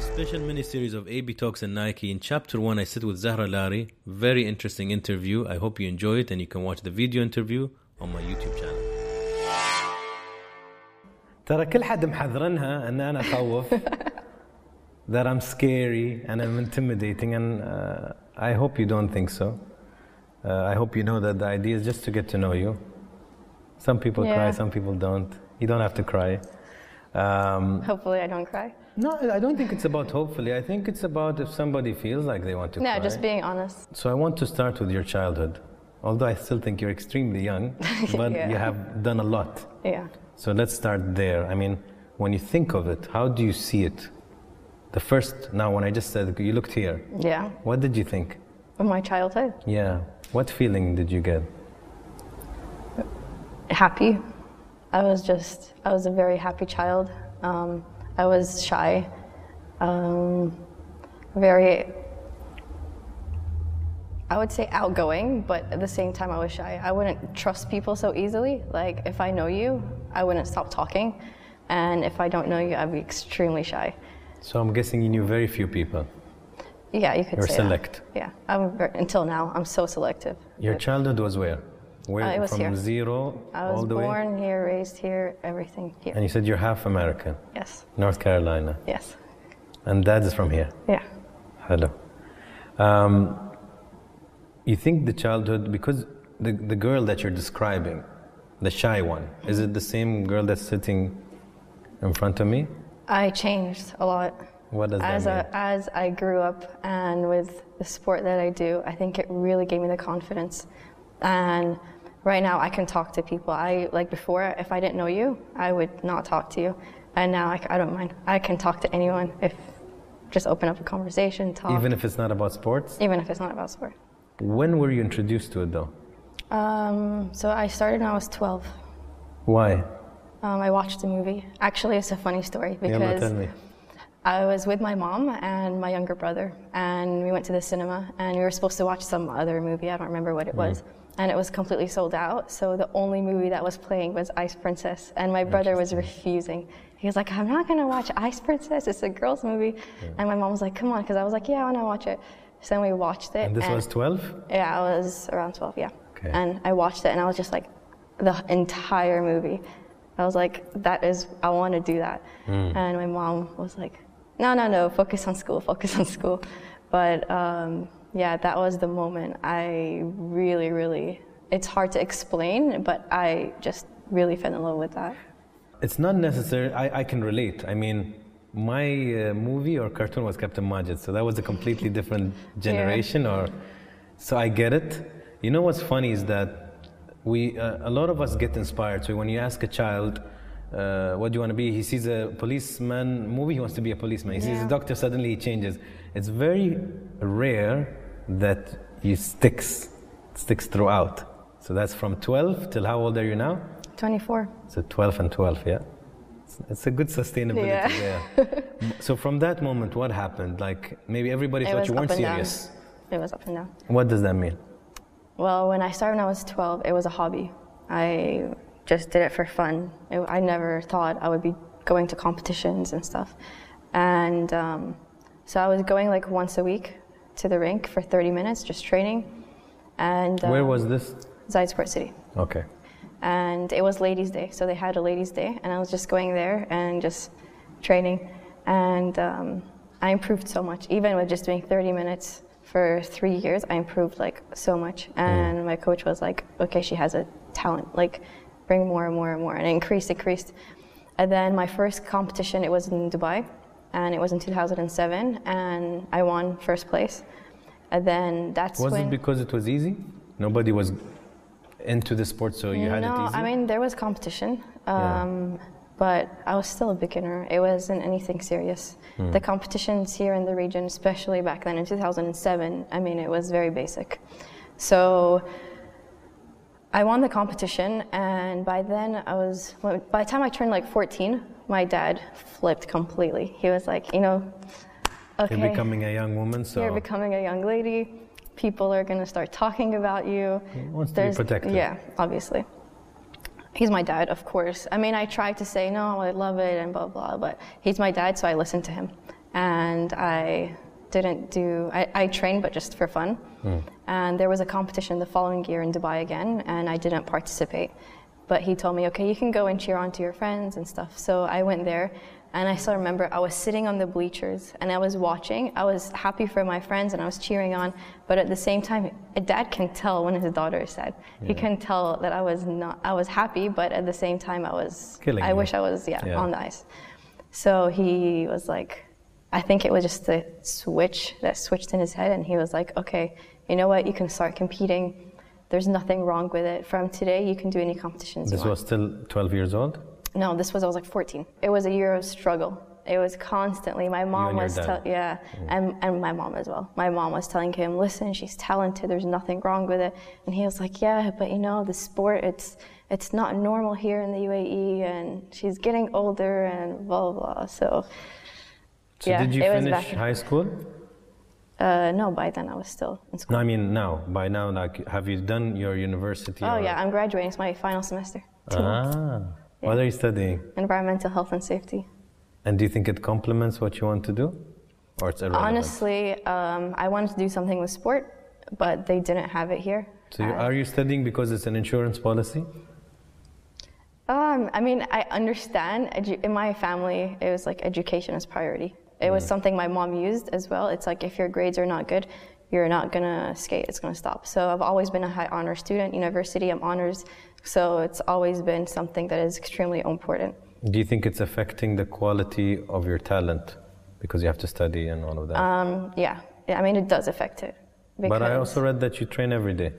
Special mini-series of AB Talks and Nike. In chapter one, I sit with Zahra Lari. Very interesting interview. I hope you enjoy it, and you can watch the video interview on my YouTube channel. ترى كل حد محذرنها ان انا اخوف that I'm scary and I'm intimidating and uh, I hope you don't think so. Uh, I hope you know that the idea is just to get to know you. Some people cry, Yeah. some people don't. You don't have to cry. Um, Hopefully, I don't cry. no, I don't think it's about hopefully. I think it's about if somebody feels like they want to No, cry. just being honest. So I want to start with your childhood. Although I still think you're extremely young, but Yeah. you have done a lot. Yeah. So let's start there. I mean, when you think of it, how do you see it? The first, now when I just said you looked here, Yeah. what did you think? Of my childhood. Yeah. What feeling did you get? Happy. I was just, I was a very happy child. Um, I was shy. Um, very, I would say outgoing, but at the same time, I was shy. I wouldn't trust people so easily. Like, if I know you, I wouldn't stop talking. And if I don't know you, I'd be extremely shy. So I'm guessing you knew very few people. Yeah, you could You're say select. That. Yeah, I'm very, until now, I'm so selective. Your childhood was where? Where Uh, it was from here. zero I was all the way? born here, raised here, everything here. And you said you're half American, yes, North Carolina, yes, and dad is from here. yeah. Hello. Um, you think the childhood, because the, the girl that you're describing, the shy one, is it the same girl that's sitting in front of me? I changed a lot What does as, that a, as I grew up and with the sport that I do. I think it really gave me the confidence. And right now, I can talk to people. I like before, if I didn't know you, I would not talk to you. And now I, c- I don't mind. I can talk to anyone if just open up a conversation, talk, mean? Even if it's not about sports? even if it's not about sport. When were you introduced to it though? Um, so I started when I was 12. Why? Um, I watched the movie. Actually, it's a funny story Yalla, because tell me. I was with my mom and my younger brother, and we went to the cinema, and we were supposed to watch some other movie. I don't remember what it Mm-hmm. was, and it was completely sold out. So the only movie that was playing was Ice Princess, and my brother was refusing. He was like, "I'm not gonna watch Ice Princess. It's a girls' movie," and my mom was like, "Come on," because I was like, "Yeah, I wanna watch it." So then we watched it. And this was 12? Yeah, I was around 12, yeah. Okay. And I watched it and I was just like, the entire movie. I was like, that is, I want to do that. Hmm. And my mom was like, no, no, no, focus on school, focus on school. But um, yeah, that was the moment I really, really, it's hard to explain, but I just really fell in love with that. It's not necessary. I, I can relate. I mean, my uh, movie or cartoon was Captain Majid, so that was a completely different generation. Or so I get it. You know what's funny is that we uh, a lot of us get inspired. So when you ask a child. Uh, what do you want to be? He sees a policeman movie, he wants to be a policeman. He sees a Yeah. doctor, suddenly he changes. It's very rare that you sticks, sticks throughout. So that's from 12 till how old are you now? 24. So 12 and 12, yeah. It's- It's a good sustainability Yeah. there. M- so from that moment, what happened? Like maybe everybody It thought was you up weren't and serious. down. It was up and down. What does that mean? Well, when I started when I was 12, it was a hobby. I just did it for fun. It, I never thought I would be going to competitions and stuff. And um, so I was going like once a week to the rink for 30 minutes, just training. And Where um, was this? Zydesport City? Okay. and it was ladies day so they had a ladies day and i was just going there and just training and um, i improved so much even with just doing 30 minutes for three years i improved like so much and my coach was like okay she has a talent like bring more and more and more and it increased increased and then my first competition it was in dubai and it was in 2007 and i won first place and then that's Was when it because it was easy? Nobody was into the sport, so you had it no, easy? I mean there was competition, um, but I was still a beginner. It wasn't anything serious. Hmm. The competitions here in the region, especially back then in 2007, I mean it was very basic. So I won the competition, and by then I was. By the time I turned like 14, my dad flipped completely. He was like, you know, okay, You're becoming a young woman, so you're becoming a young lady. People are going to start talking about you. wants to be protected. Yeah, obviously. He's my dad, of course. I mean, I tried to say no, I love it, and blah blah, but he's my dad, so I listened to him, and I didn't do, I, I trained, but just for fun. Hmm. And there was a competition the following year in Dubai again, and I didn't participate. But he told me, okay, you can go and cheer on to your friends and stuff. So I went there, and I still remember I was sitting on the bleachers and I was watching. I was happy for my friends and I was cheering on, but at the same time, a dad can tell when his daughter is sad. He can tell that I was not, I was happy, but at the same time, I was. Killing I you. wish I was, yeah, Yeah. on the ice. So he was like, I think it was just a switch that switched in his head, and he was like, okay, you know what? You can start competing. There's nothing wrong with it. From today, you can do any competitions This you want. was still 12 years old. No, this was I was like 14. It was a year of struggle. It was constantly my mom and your was dad. Mm. tell, yeah, and and my mom as well. My mom was telling him, "Listen, she's talented. There's nothing wrong with it." And he was like, "Yeah, but you know, the sport it's it's not normal here in the UAE, and she's getting older, and blah blah." blah. So, So Yeah, did you it was finish back- high school? uh, no, by then I was still in school. No, I mean now. By now, like, have you done your university? oh or- yeah, I'm graduating. It's my final semester. Ah, what are you studying? Environmental health and safety. And do you think it complements what you want to do, or it's irrelevant? Honestly, um, I wanted to do something with sport, but they didn't have it here. Uh, So you, are you studying because it's an insurance policy? Um, I mean, I understand. Edu- in my family, it was like education is priority. It was something my mom used as well. It's like if your grades are not good, you're not gonna skate. It's gonna stop. So I've always been a high honor student. University, I'm honors. So it's always been something that is extremely important. Do you think it's affecting the quality of your talent because you have to study and all of that? Um, yeah. yeah. I mean, it does affect it. but I because also read that you train every day.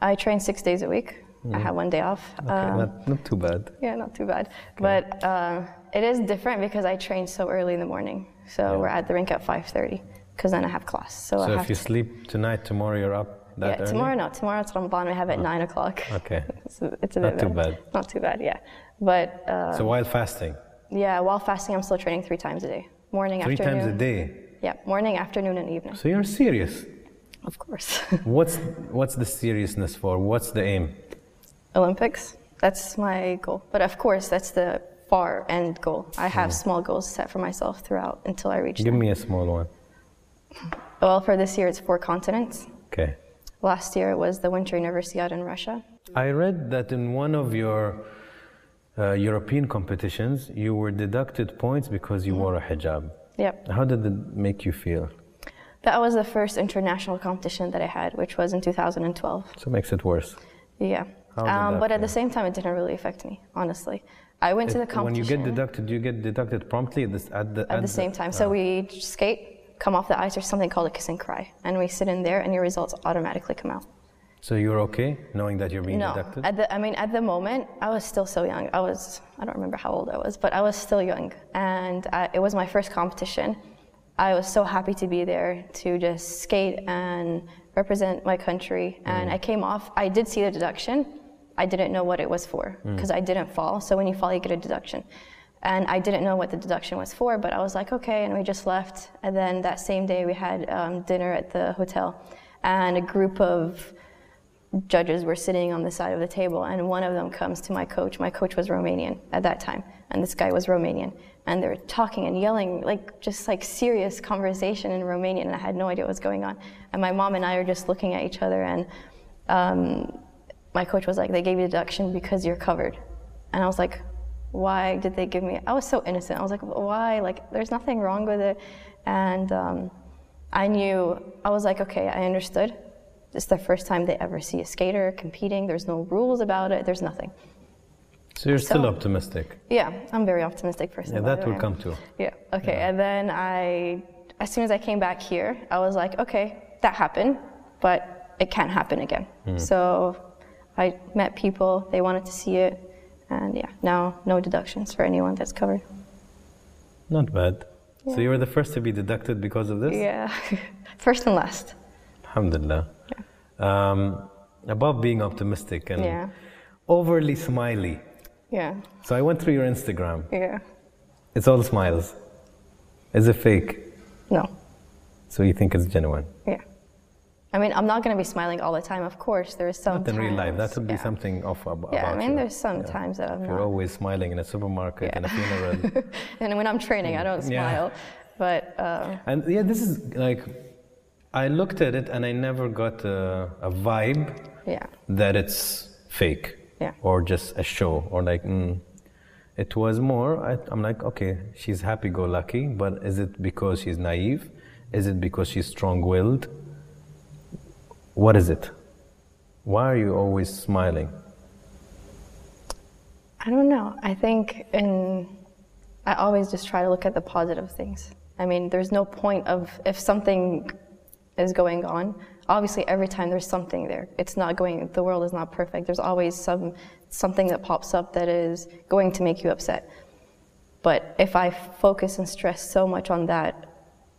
I train six days a week. I have one day off. Mm-hmm. Okay, Um, not, not too bad. Yeah, not too bad. But uh, it is different because I train so early in the morning. So we're at the rink at 5.30 because then I have class. So, I So have if you to, sleep tonight, tomorrow you're up that yeah, early. Oh. tomorrow no. Tomorrow it's Ramadan. We have at 9 o'clock. Okay. It's a, it's a Not bit too bad. Not too bad, yeah. But uh, So while fasting, yeah, while fasting, I'm still training three times a day. Morning, three afternoon. times a day. Yeah, morning, afternoon, and evening. So you're serious. Of course. What's what's the seriousness for? What's the aim? Olympics. That's my goal. But of course, that's the far end goal. I have small goals set for myself throughout until I reach Give them. me a small one. Well, for this year, it's four continents. Okay. Last year was the Winter Universiade in Russia. I read that in one of your uh, European competitions, you were deducted points because you wore a hijab. Yep. How did it make you feel? That was the first international competition that I had, which was in 2012. So it makes it worse. Yeah. How did that Um, but at feel? the same time, it didn't really affect me, honestly. I went to the It- when you competition get deducted, uh, you get deducted promptly at the at the, at the same time. So we skate, come off the ice, there's something called a kiss and cry. And we sit in there, and your results automatically come out. So you're okay knowing that you're being No, deducted. at the, I mean, at the moment, I was still so young. I was, I don't remember how old I was, but I was still young. And I, it was my first competition. I was so happy to be there to just skate and represent my country. And I came off, I did see the deduction. I didn't know what it was for because I didn't fall. So when you fall, you get a deduction. And I didn't know what the deduction was for, but I was like, okay. And we just left. And then that same day, we had um, dinner at the hotel. And a group of judges were sitting on the side of the table, and one of them comes to my coach. My coach was Romanian at that time, and this guy was Romanian. And they were talking and yelling, like just like serious conversation in Romanian, and I had no idea what was going on. And my mom and I are just looking at each other, and um, my coach was like, They gave you deduction because you're covered. And I was like, Why did they give me? I was so innocent. I was like, Why? Like, there's nothing wrong with it. And um, I knew, I was like, Okay, I understood. It's the first time they ever see a skater competing. There's no rules about it, there's nothing. so you're still so- optimistic. Yeah, I'm a very optimistic person. Yeah, by that the will way. come too. Yeah. Okay. And then I, as soon as I came back here, I was like, okay, that happened, but it can't happen again. Mm. So I met people, they wanted to see it, and yeah, now no deductions for anyone that's covered. Not bad. So you were the first to be deducted because of this. Yeah. First and last. Alhamdulillah. Um, about being optimistic and Yeah. overly smiley. Yeah. So I went through your Instagram. Yeah. It's all smiles. Is it fake? No. So you think it's genuine? Yeah. I mean, I'm not going to be smiling all the time, of course. There is some. Not in real life. That times- would be yeah. something off ab- about Yeah, I mean, you. there's some times that I'm If you're not. always smiling in a supermarket and a funeral. and when I'm training, I don't Yeah. smile. But uh, And yeah, this is like, I looked at it and I never got a, a vibe yeah, that it's fake Yeah. or just a show or like, mm. it was more, I, I'm like, okay, she's happy go lucky, but is it because she's naive? Is it because she's strong willed? What is it? Why are you always smiling? I don't know. I think in I always just try to look at the positive things. I mean, there's no point of if something is going on. Obviously, every time there's something there, it's not going. The world is not perfect. There's always some something that pops up that is going to make you upset. But if I focus and stress so much on that,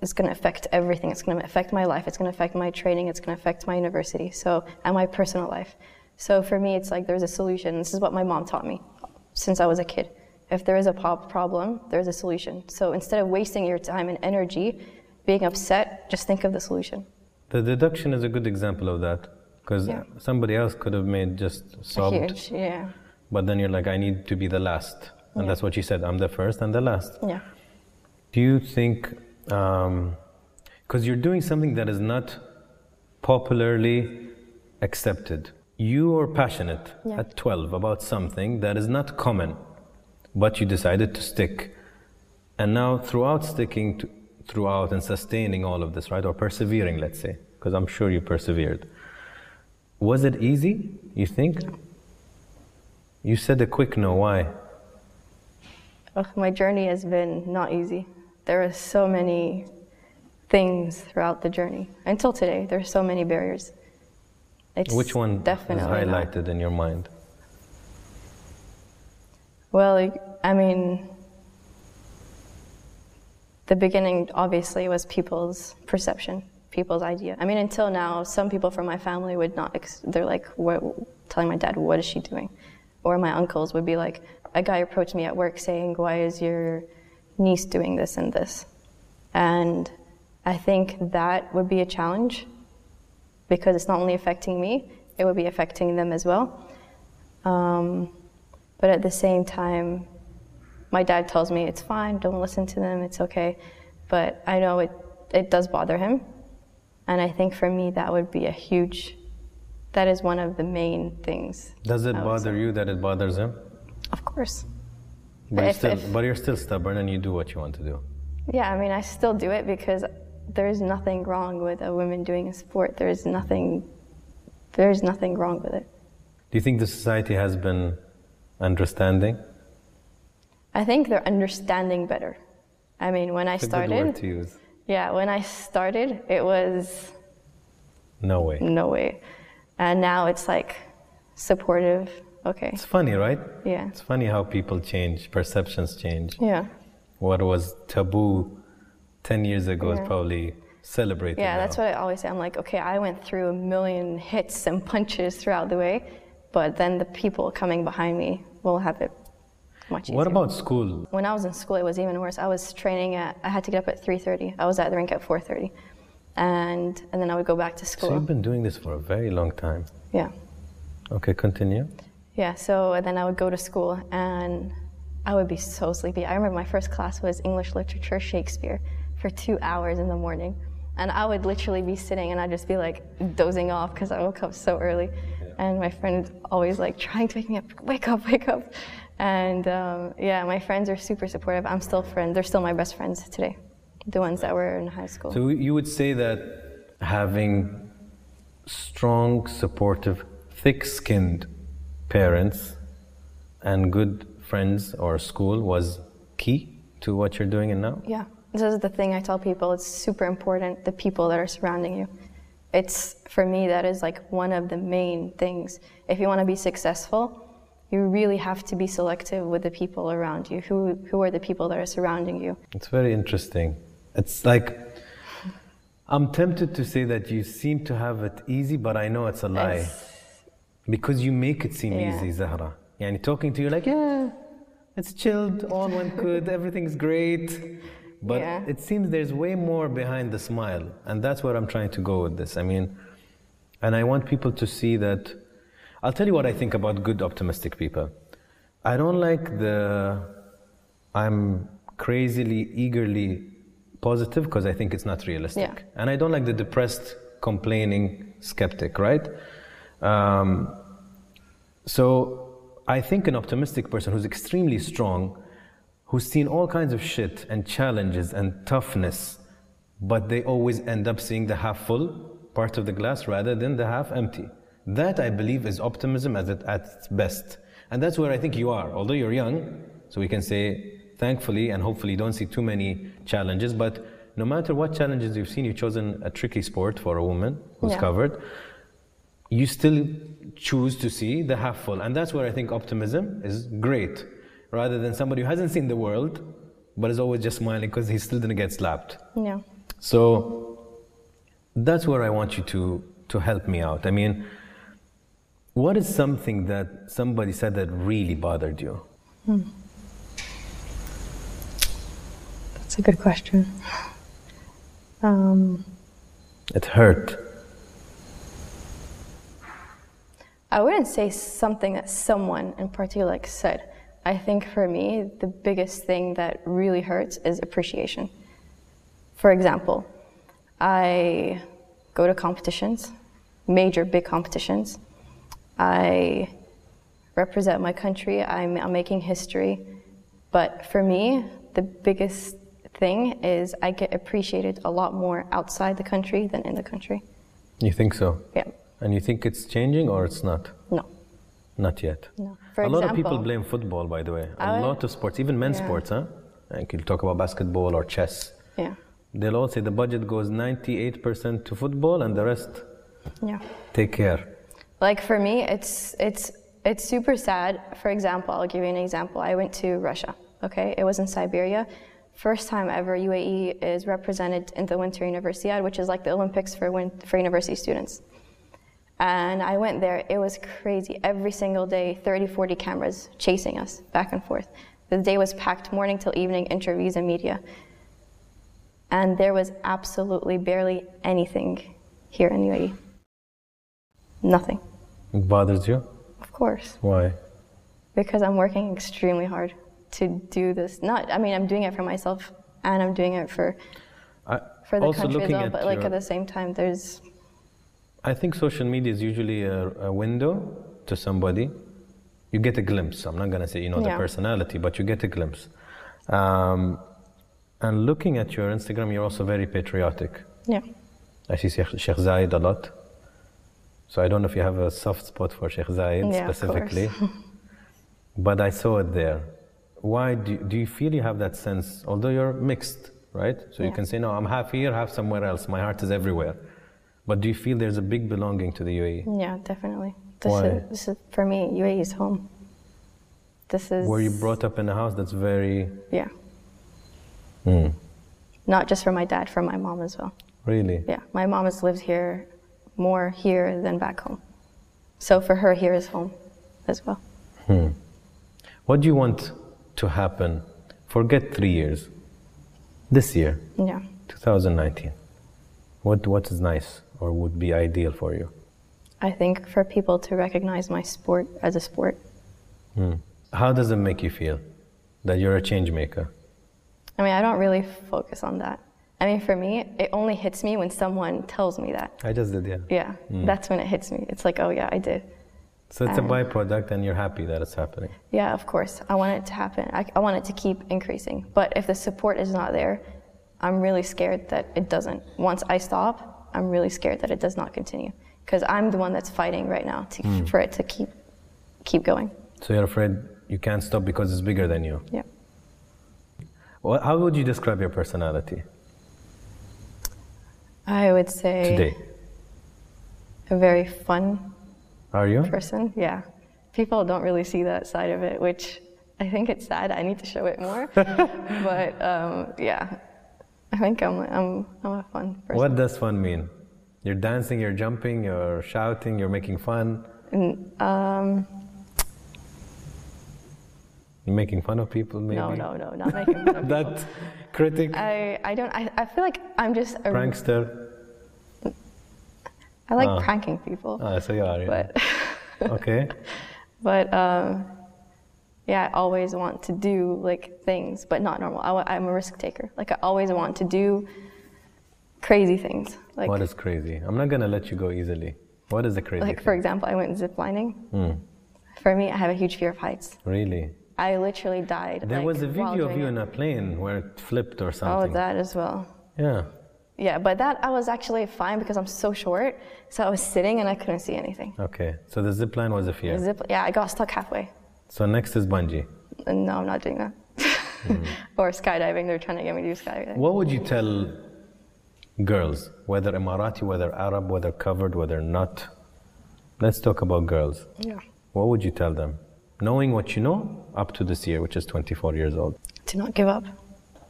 it's going to affect everything. It's going to affect my life. It's going to affect my training. It's going to affect my university. So and my personal life. So for me, it's like there's a solution. This is what my mom taught me since I was a kid. If there is a po- problem, there's a solution. So instead of wasting your time and energy being upset, just think of the solution. The deduction is a good example of that because Yeah. somebody else could have made just A sobbed. huge, yeah, But then you're like, I need to be the last. And that's what she said I'm the first and the last. yeah. Do you think, because you're doing something that is not popularly accepted, you are passionate Yeah. at 12 about something that is not common, but you decided to stick. And now, throughout sticking to, throughout and sustaining all of this, right, or persevering, let's say, because I'm sure you persevered, was it easy, you think? You said a quick no, why? Ugh, my journey has been not easy. There are so many things throughout the journey. Until today, there's so many barriers. It's Which one is definitely not- highlighted in your mind? Well, like, I mean, the beginning obviously was people's perception, people's idea. I mean, until now, some people from my family would not, ex- they're like, what, telling my dad, what is she doing? Or my uncles would be like, a guy approached me at work saying, why is your niece doing this and this? And I think that would be a challenge because it's not only affecting me, it would be affecting them as well. But at the same time, my dad tells me it's fine, don't listen to them, it's okay. But I know it, it does bother him. And I think for me, that would be a huge, that is one of the main things. Does it I would bother you that it bothers him? Of course. But you're, If- still, if- but you're still stubborn and you do what you want to do. Yeah, I mean, I still do it because there's nothing wrong with a woman doing a sport. There's nothing, there's nothing wrong with it. Do you think the society has been understanding? I think they're understanding better. I mean, when I It's a started, good word to use. yeah, when I started, it was No way. no way. And now it's like supportive. Okay. It's funny, right? Yeah. It's funny how people change, perceptions change. Yeah. What was taboo 10 years ago is Yeah. probably celebrated. Yeah, that's now. what I always say. I'm like, okay, I went through a million hits and punches throughout the way, but then the people coming behind me will have it much easier. What about school? When I was in school, it was even worse. I was training at, I had to get up at 3.30. I was at the rink at 4.30. And, and then I would go back to So you've school. been doing this for a very long time. Yeah. Okay, continue. Yeah, so uh, then I would go to school and I would be so sleepy. I remember my first class was English literature, Shakespeare, for two hours in the morning. And I would literally be sitting and I'd just be like dozing off because I woke up so early. And my friend always like trying to wake me up, wake up, wake up. And um, yeah, my friends are super supportive. I'm still friends, they're still my best friends today, the ones that were in high school. So you would say that having strong, supportive, thick skinned parents and good friends or school was key to what you're doing and now? Yeah, this is the thing I tell people. It's super important the people that are surrounding you. It's for me that is like one of the main things. If you want to be successful, you really have to be selective with the people around you. Who who are the people that are surrounding you? It's very interesting. It's like I'm tempted to say that you seem to have it easy, but I know it's a lie. It's- Because you make it seem Yeah. easy, Zahra. Yani talking to you like, yeah, it's chilled, all one could, everything's great. But Yeah. it seems there's way more behind the smile. And that's where I'm trying to go with this. I mean, and I want people to see that. I'll tell you what I think about good, optimistic people. I don't like the I'm crazily, eagerly positive because I think it's not realistic. Yeah. And I don't like the depressed, complaining skeptic, right? Um, so I think an optimistic person who's extremely strong, who's seen all kinds of shit and challenges and toughness, but they always end up seeing the half full part of the glass rather than the half empty. That I believe is optimism at, it, at its best. And that's where I think you are. Although you're young, so we can say, thankfully and hopefully, you don't see too many challenges. But no matter what challenges you've seen, you've chosen a tricky sport for a woman who's Yeah. covered you still choose to see the half full. And that's where I think optimism is great, rather than somebody who hasn't seen the world, but is always just smiling because he still didn't get slapped. Yeah. So that's where I want you to, to help me out. I mean, what is something that somebody said that really bothered you? That's a good question. Um, It hurt. I wouldn't say something that someone in particular like said. I think for me, the biggest thing that really hurts is appreciation. For example, I go to competitions, major big competitions. I represent my country. I'm, I'm making history. But for me, the biggest thing is I get appreciated a lot more outside the country than in the country. You think so? Yeah. And you think it's changing or it's not? No. Not yet. No. For a lot of example- people blame football, by the way. A I- lot of sports, even men's Yeah. sports, huh? Like you'll talk about basketball or chess. Yeah. They'll all say the budget goes 98% to football and the rest Yeah. take care. Like for me, it's it's it's super sad. For example, I'll give you an example. I went to Russia. Okay, it was in Siberia. First time ever, UAE is represented in the Winter Universiad, which is like the Olympics for win- for university students. And I went there. It was crazy. Every single day, 30, 40 cameras chasing us back and forth. The day was packed, morning till evening, interviews and media. And there was absolutely barely anything here in UAE. Nothing. It bothers you? Of course, Why? because I'm working extremely hard to do this. Not, I mean, I'm doing it for myself and I'm doing it for, I, for the also country as looking well. at But like your- at the same time, there's I think social media is usually a, a window to somebody. You get a glimpse. I'm not going to say you know the Yeah. personality, but you get a glimpse. Um, and looking at your Instagram, you're also very patriotic. yeah, I see Sheikh, Sheikh Zayed a lot. So I don't know if you have a soft spot for Sheikh Zayed Yeah, of specifically. but I saw it there. Why do, do you feel you have that sense, although you're mixed, right? So you Yeah. can say, no, I'm half here, half somewhere else. My heart is everywhere. But do you feel there's a big belonging to the E? UAE? yeah, definitely. This Why? is this is for me. UAE is home. This is Were you brought up in a house that's very, Yeah. Hmm. Not just for my dad, for my mom as well. really? Yeah, my mom has lived here more here than back home. So for her, here is home as well. What do you want to happen? Forget three years. This year, Yeah. 2019. What, what is nice or would be ideal for you? I think for people to recognize my sport as a sport. How does it make you feel that you're a change maker? I mean, I don't really focus on that. I mean, for me, it only hits me when someone tells me that. I just did, yeah. Yeah, that's when it hits me. It's like, oh yeah, I did. So Um, it's a byproduct and you're happy that it's happening. Yeah, of course. I want it to happen. I, I want it to keep increasing. But if the support is not there, I'm really scared that it doesn't. Once I stop, I'm really scared that it does not continue because I'm the one that's fighting right now to, for it to keep keep going. So you're afraid you can't stop because it's bigger than you. Yeah. Wha- How would you describe your personality I would say today? a very fun Are you? person. Yeah. People don't really see that side of it, which I think it's sad. I need to show it more. but um, yeah, I think I'm, I'm, I'm a fun person. What does fun mean? You're dancing, you're jumping, you're shouting, you're making fun, And, um, you're making fun of people, maybe. no, no, no, Um, not making fun of people. That critic, I, I don't, I, I feel like I'm just, a, prankster. I like Ah. pranking people. Ah, so you are. yeah. But, Okay. but um, yeah, I always want to do like things, but not normal. I, am a risk taker. Like I always want to do crazy things. Like What is crazy? I'm not gonna let you go easily. What is the crazy? like thing? for example, I went ziplining. Hmm. For me, I have a huge fear of heights. really? I literally died. There like, was a while video of doing you it. in a plane where it flipped or Oh, something. that as well. Yeah. Yeah, but that I was actually fine because I'm so short. So I was sitting and I couldn't see anything. Okay. So the zip line was a fear. Zip, yeah, I got stuck halfway. so next is bungee. And no, I'm not doing that. Hmm. or skydiving. They're trying to get me to do skydiving. What would you tell girls, whether Emirati, whether Arab, whether covered, whether not? Let's talk about girls. Yeah. What would you tell them? Knowing what you know up to this year, which is 24 years old. To not give up.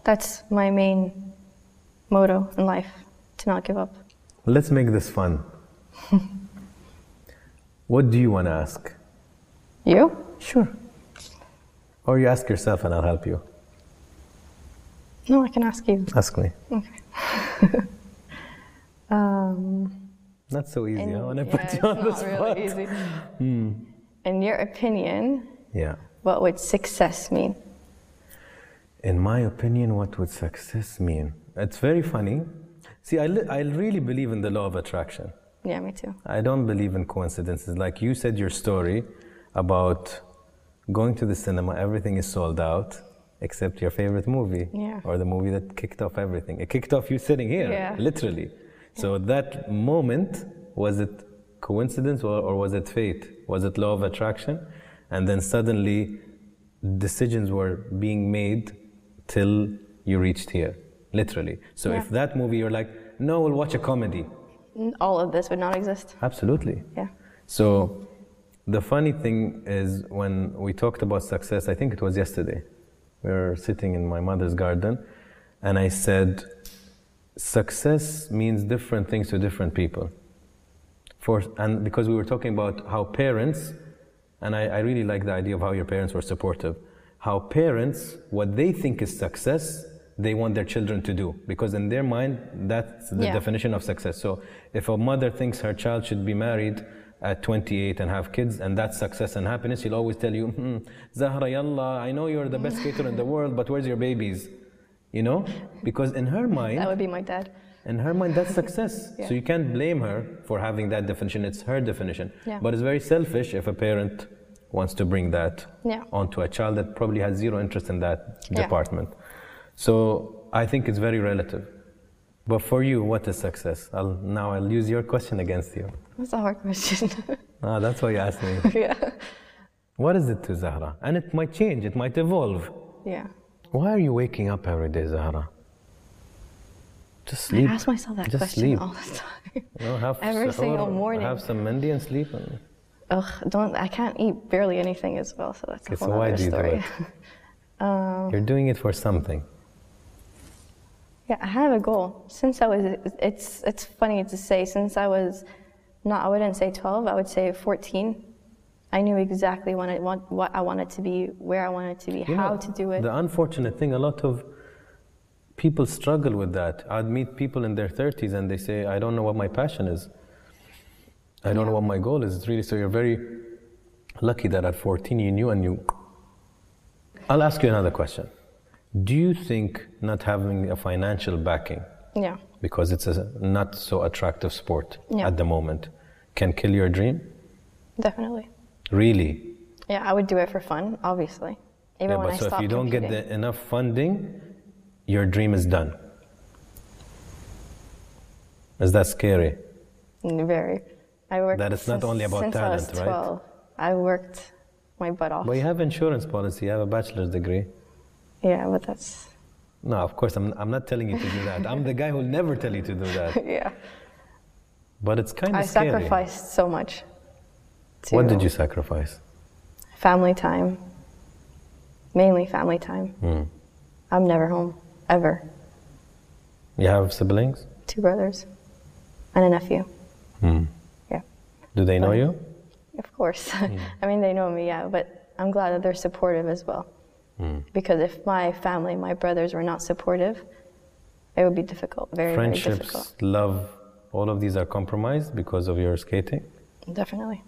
That's my main motto in life. To not give up. Let's make this fun. what do you want to ask? You? Sure. Or you ask yourself and I'll help you. No, I can ask you. Ask me. Um, Not so easy. in- I want to yeah, put you on the it's not spot. Hmm. really easy. In your opinion, Yeah. what would success mean? In my opinion, what would success mean? It's very funny. See, I, li- I really believe in the law of attraction. Yeah, me too. I don't believe in coincidences. Like you said, your story about going to the cinema, everything is sold out except your favorite movie Yeah. or the movie that kicked off everything. It kicked off you sitting here, Yeah. literally. So that moment, was it coincidence or, or was it fate? Was it law of attraction? And then suddenly decisions were being made till you reached here, literally. So Yeah. if that movie, you're like, no, we'll watch a comedy. N- All of this would not exist. Absolutely. Yeah. So the funny thing is when we talked about success, I think it was yesterday. We were sitting in my mother's garden and I said success means different things to different people. For and because we were talking about how parents and I, I really like the idea of how your parents were supportive. How parents, what they think is success, they want their children to do. Because in their mind, that's the Yeah. definition definition of success. So if a mother thinks her child should be married at 28 and have kids, and that's success and happiness, she'll always tell you, hmm, Zahra, yalla, I know you're the best caterer in the world, but where's your babies? You know? Because in her That mind, would be my dad. in her mind, that's success. Yeah. So you can't blame her for having that definition. It's her definition. Yeah. But it's very selfish if a parent wants to bring that Yeah. onto a child that probably has zero interest in that Yeah. department. So I think it's very relative. But for you, what is success? I'll, now I'll use your question against you. That's a hard question. Ah, that's why you asked me. yeah. what is it to Zahra? And it might change, it might evolve. Yeah. Why are you waking up every day, Zahra? Just I sleep. ask myself that Just question sleep. all the time. No, have Every sahur, single morning. Oh. Have some mindi and sleep. And Ugh, don't I can't eat barely anything as well, so that's a Okay, so whole why other do you do story. it? you're doing it for something. yeah, I have a goal. Since I was it's it's funny to say since I was not I wouldn't say 12, I would say 14. I knew exactly when I want what I wanted to be, where I wanted to be, You how know, to do it. The unfortunate thing, a lot of people struggle with that. I'd meet people in their 30s and they say, I don't know what my passion is. I don't know what my goal is. It's really so you're very lucky that at 14 you knew and you. I'll ask you another question. Do you think not having a financial backing, yeah. because it's a not so attractive sport Yeah. at the moment, can kill your dream? Definitely. Really? Yeah, I would do it for fun, obviously. Even Yeah, when but I so if stopped you don't competing. get the, enough funding, your dream is done. Is that scary? Mm, Very. I worked. That it's not since- only about since I talent, was right? 12, I worked my butt off. But you have insurance policy, you have a bachelor's degree. yeah, but that's No, of course, I'm, I'm not telling you to do that. I'm the guy who'll never tell you to do that. yeah. But it's kind I of scary. sacrificed so much. to What did you sacrifice? Family time. Mainly family time. Hmm. I'm never home ever. You have siblings? Two brothers, and a nephew. Yeah, Do they know you? of course. I mean, they know me. Yeah, but I'm glad that they're supportive as well. Hmm. Because if my family, my brothers, were not supportive, it would be difficult. Very, very difficult. Friendships, love, all of these are compromised because of your skating? Definitely.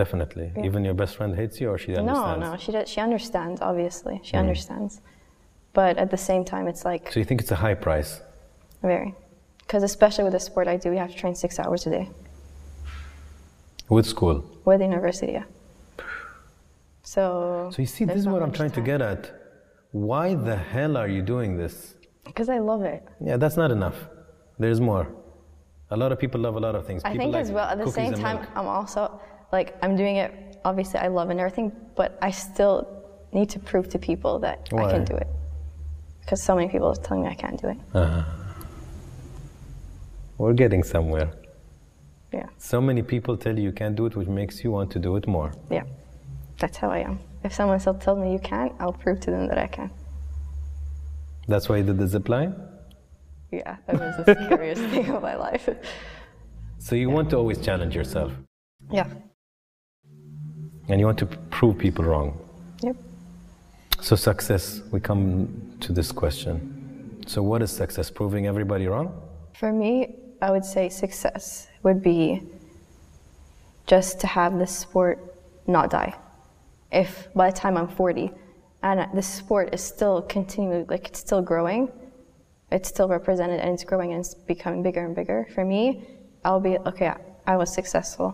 Definitely. Even your best friend hates you, or she No, understands. Hmm. no, she does, she understands. Obviously, she understands. But at the same time, it's like So you think it's a high price? very, because especially with the sport I do, you have to train six hours a day With school. with university. Yeah. So. So you see, this is what I'm trying to get at. Why the hell are you doing this? Because I love it. Yeah, that's not enough. There's more. A lot of people love a lot of things. I people think like as well at the cookies same and time milk. I'm also like I'm doing it obviously I love and everything but I still need to prove to people that I Why? can do it because so many people are telling me I can't do it Uh-huh. We're getting somewhere. yeah So many people tell you you can't do it, which makes you want to do it more. yeah that's how I am if someone still tells me you can't I'll prove to them that I can That's why you did the zip line. yeah that was the scariest thing of my life So you want to always challenge yourself, yeah and you want to prove people wrong. yep So success. We come to this question. So what is success? Proving everybody wrong? For me, I would say success would be just to have this sport not die. If by the time I'm 40 and this sport is still continuing, like it's still growing, it's still represented and it's growing and it's becoming bigger and bigger, for me, I'll be okay, I was successful.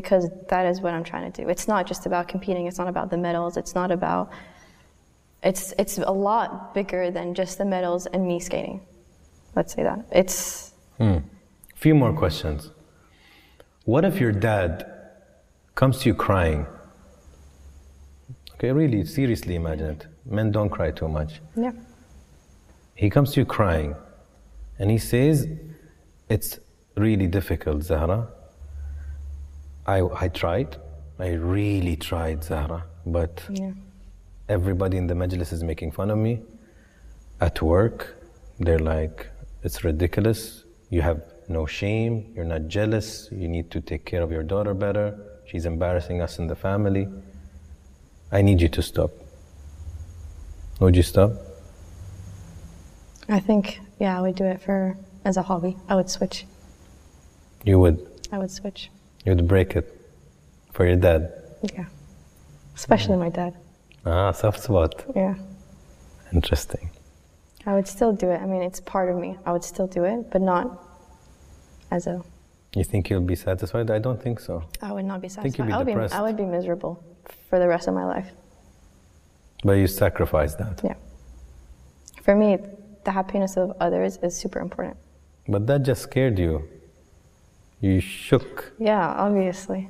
Because that is what I'm trying to do. It's not just about competing, it's not about the medals, it's not about. It's, it's a lot bigger than just the medals and me skating. Let's say that. It's Few more questions. What if your dad comes to you crying? Okay, really, seriously imagine it. Men don't cry too much. yeah. He comes to you crying and he says, It's really difficult, Zahra. I, I tried. I really tried, Zahra. But Yeah. everybody in the majlis is making fun of me. At work, they're like, it's ridiculous. You have no shame. You're not jealous. You need to take care of your daughter better. She's embarrassing us in the family. I need you to stop. Would you stop? I think yeah, I would do it for as a hobby. I would switch. You would. I would switch. You'd break it for your dad. Yeah. Especially my dad. Ah, soft spot. Yeah. Interesting. I would still do it. I mean, it's part of me. I would still do it, but not as a You think you'll be satisfied? I don't think so. I would not be think you'd satisfied. be I would depressed. be I would be miserable for the rest of my life. But you sacrifice that. Yeah. For me, the happiness of others is super important. But that just scared you. You shook. Yeah, obviously.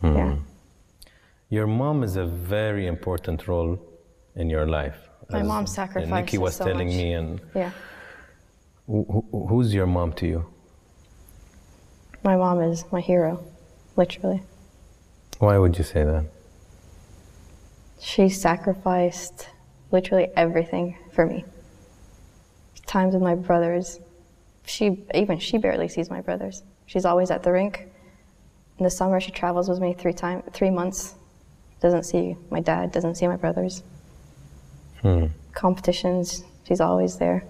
Hmm. Yeah. Your mom is a very important role in your life. My mom And Nikki sacrifices was so telling much. me, and Yeah. who- who- who's your mom to you? My mom is my hero, literally. Why would you say that? She sacrificed literally everything for me. Times with my brothers. She even she barely sees my brothers. She's always at the rink. In the summer she travels with me three time three months. Doesn't see my dad, doesn't see my brothers. Competitions, she's always there.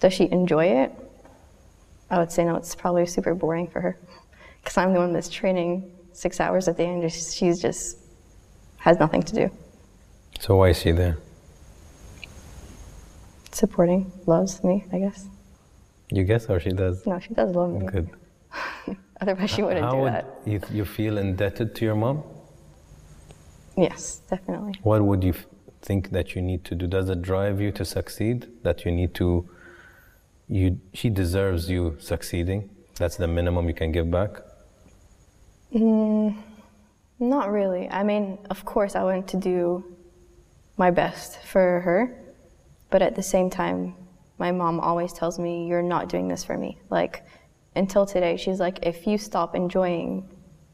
Does she enjoy it? I would say no, it's probably super boring for her. Because I'm the one that's training six hours a day and just, she's just has nothing to do. So why is she there? Supporting, loves me, I guess. You guess how she does? No, she does love me. Good. Otherwise, she wouldn't how do would that. You, you feel indebted to your mom? Yes, definitely. What would you f- think that you need to do? Does it drive you to succeed? That you need to, you, she deserves you succeeding? That's the minimum you can give back? Not really. I mean, of course, I want to do my best for her, but at the same time, my mom always tells me, You're not doing this for me. Like, until today, she's like, If you stop enjoying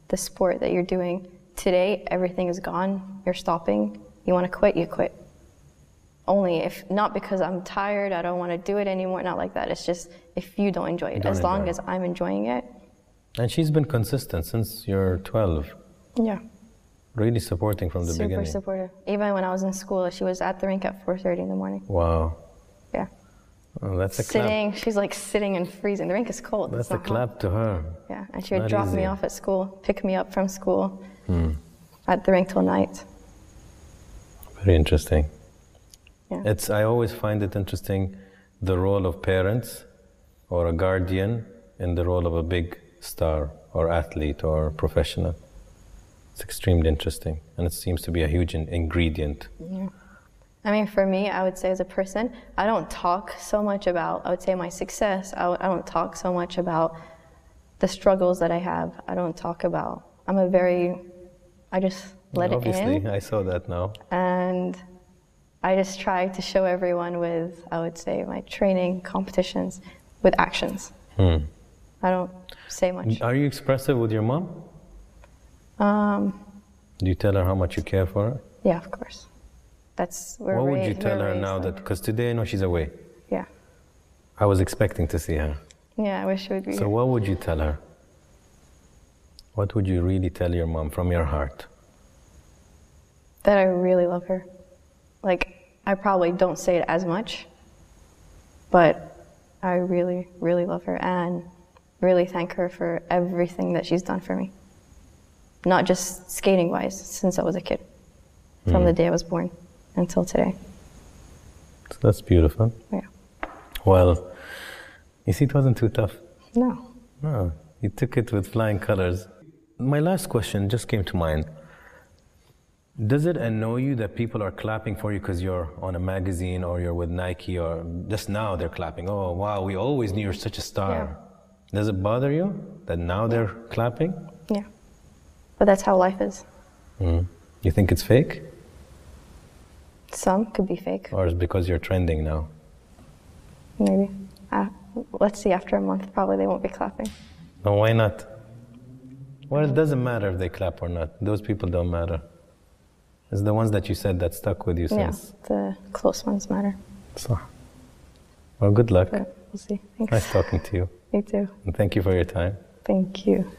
the sport that you're doing today, everything is gone. You're stopping. You want to quit, you quit. Only if, not because I'm tired, I don't want to do it anymore, not like that. It's just if you don't enjoy it, don't as long enjoy it. as I'm enjoying it. And she's been consistent since you're 12, Yeah. really supporting from the super beginning. supportive. Even when I was in school, she was at the rink at 4:30 in the morning. Wow. Yeah, Oh, that's a clap. sitting. She's like sitting and freezing. The rink is cold. That's It's a not hot. clap to her. Yeah, and she would Not drop easy. Hmm. me off at school, pick me up from school at the rink till night. Very interesting. Yeah. It's I always find it interesting the role of parents or a guardian in the role of a big star or athlete or professional. It's extremely interesting and it seems to be a huge in- ingredient. I mean, for me, I would say as a person, I don't talk so much about, I would say, my success. I w- I don't talk so much about the struggles that I have. I don't talk about, I'm a very, I just let Obviously, it in. I saw that now. And I just try to show everyone with, I would say, my training, competitions, with actions. Hmm. I don't say much. Are you expressive with your mom? Um, Do you tell her how much you care for her? yeah, of course. That's we're what would ra- you tell we're her raised now like- that because today I know she's away. Yeah, I was expecting to see her. yeah. I wish she would be. So what would you tell her? What would you really tell your mom from your heart? that I really love her. Like, I probably don't say it as much, but I really, really love her and really thank her for everything that she's done for me. Not just skating wise, since I was a kid, from the day I was born until today. So that's beautiful. Yeah. Well, you see, it wasn't too tough. No. No, you took it with flying colors. My last question just came to mind. Does it annoy you that people are clapping for you because you're on a magazine or you're with Nike or just now they're clapping? Oh, wow, we always knew you're such a star. Does it bother you that now they're clapping? Yeah. But that's how life is. You think it's fake Some could be fake, or is it because you're trending now? maybe. Uh, let's see, after a month, probably they won't be clapping. No, why not? Well, it doesn't matter if they clap or not. Those people don't matter. It's the ones that you said that stuck with you Yeah, since. the close ones matter. So, well, good luck. But we'll see. Thanks. Nice talking to you. Me too. And thank you for your time. Thank you.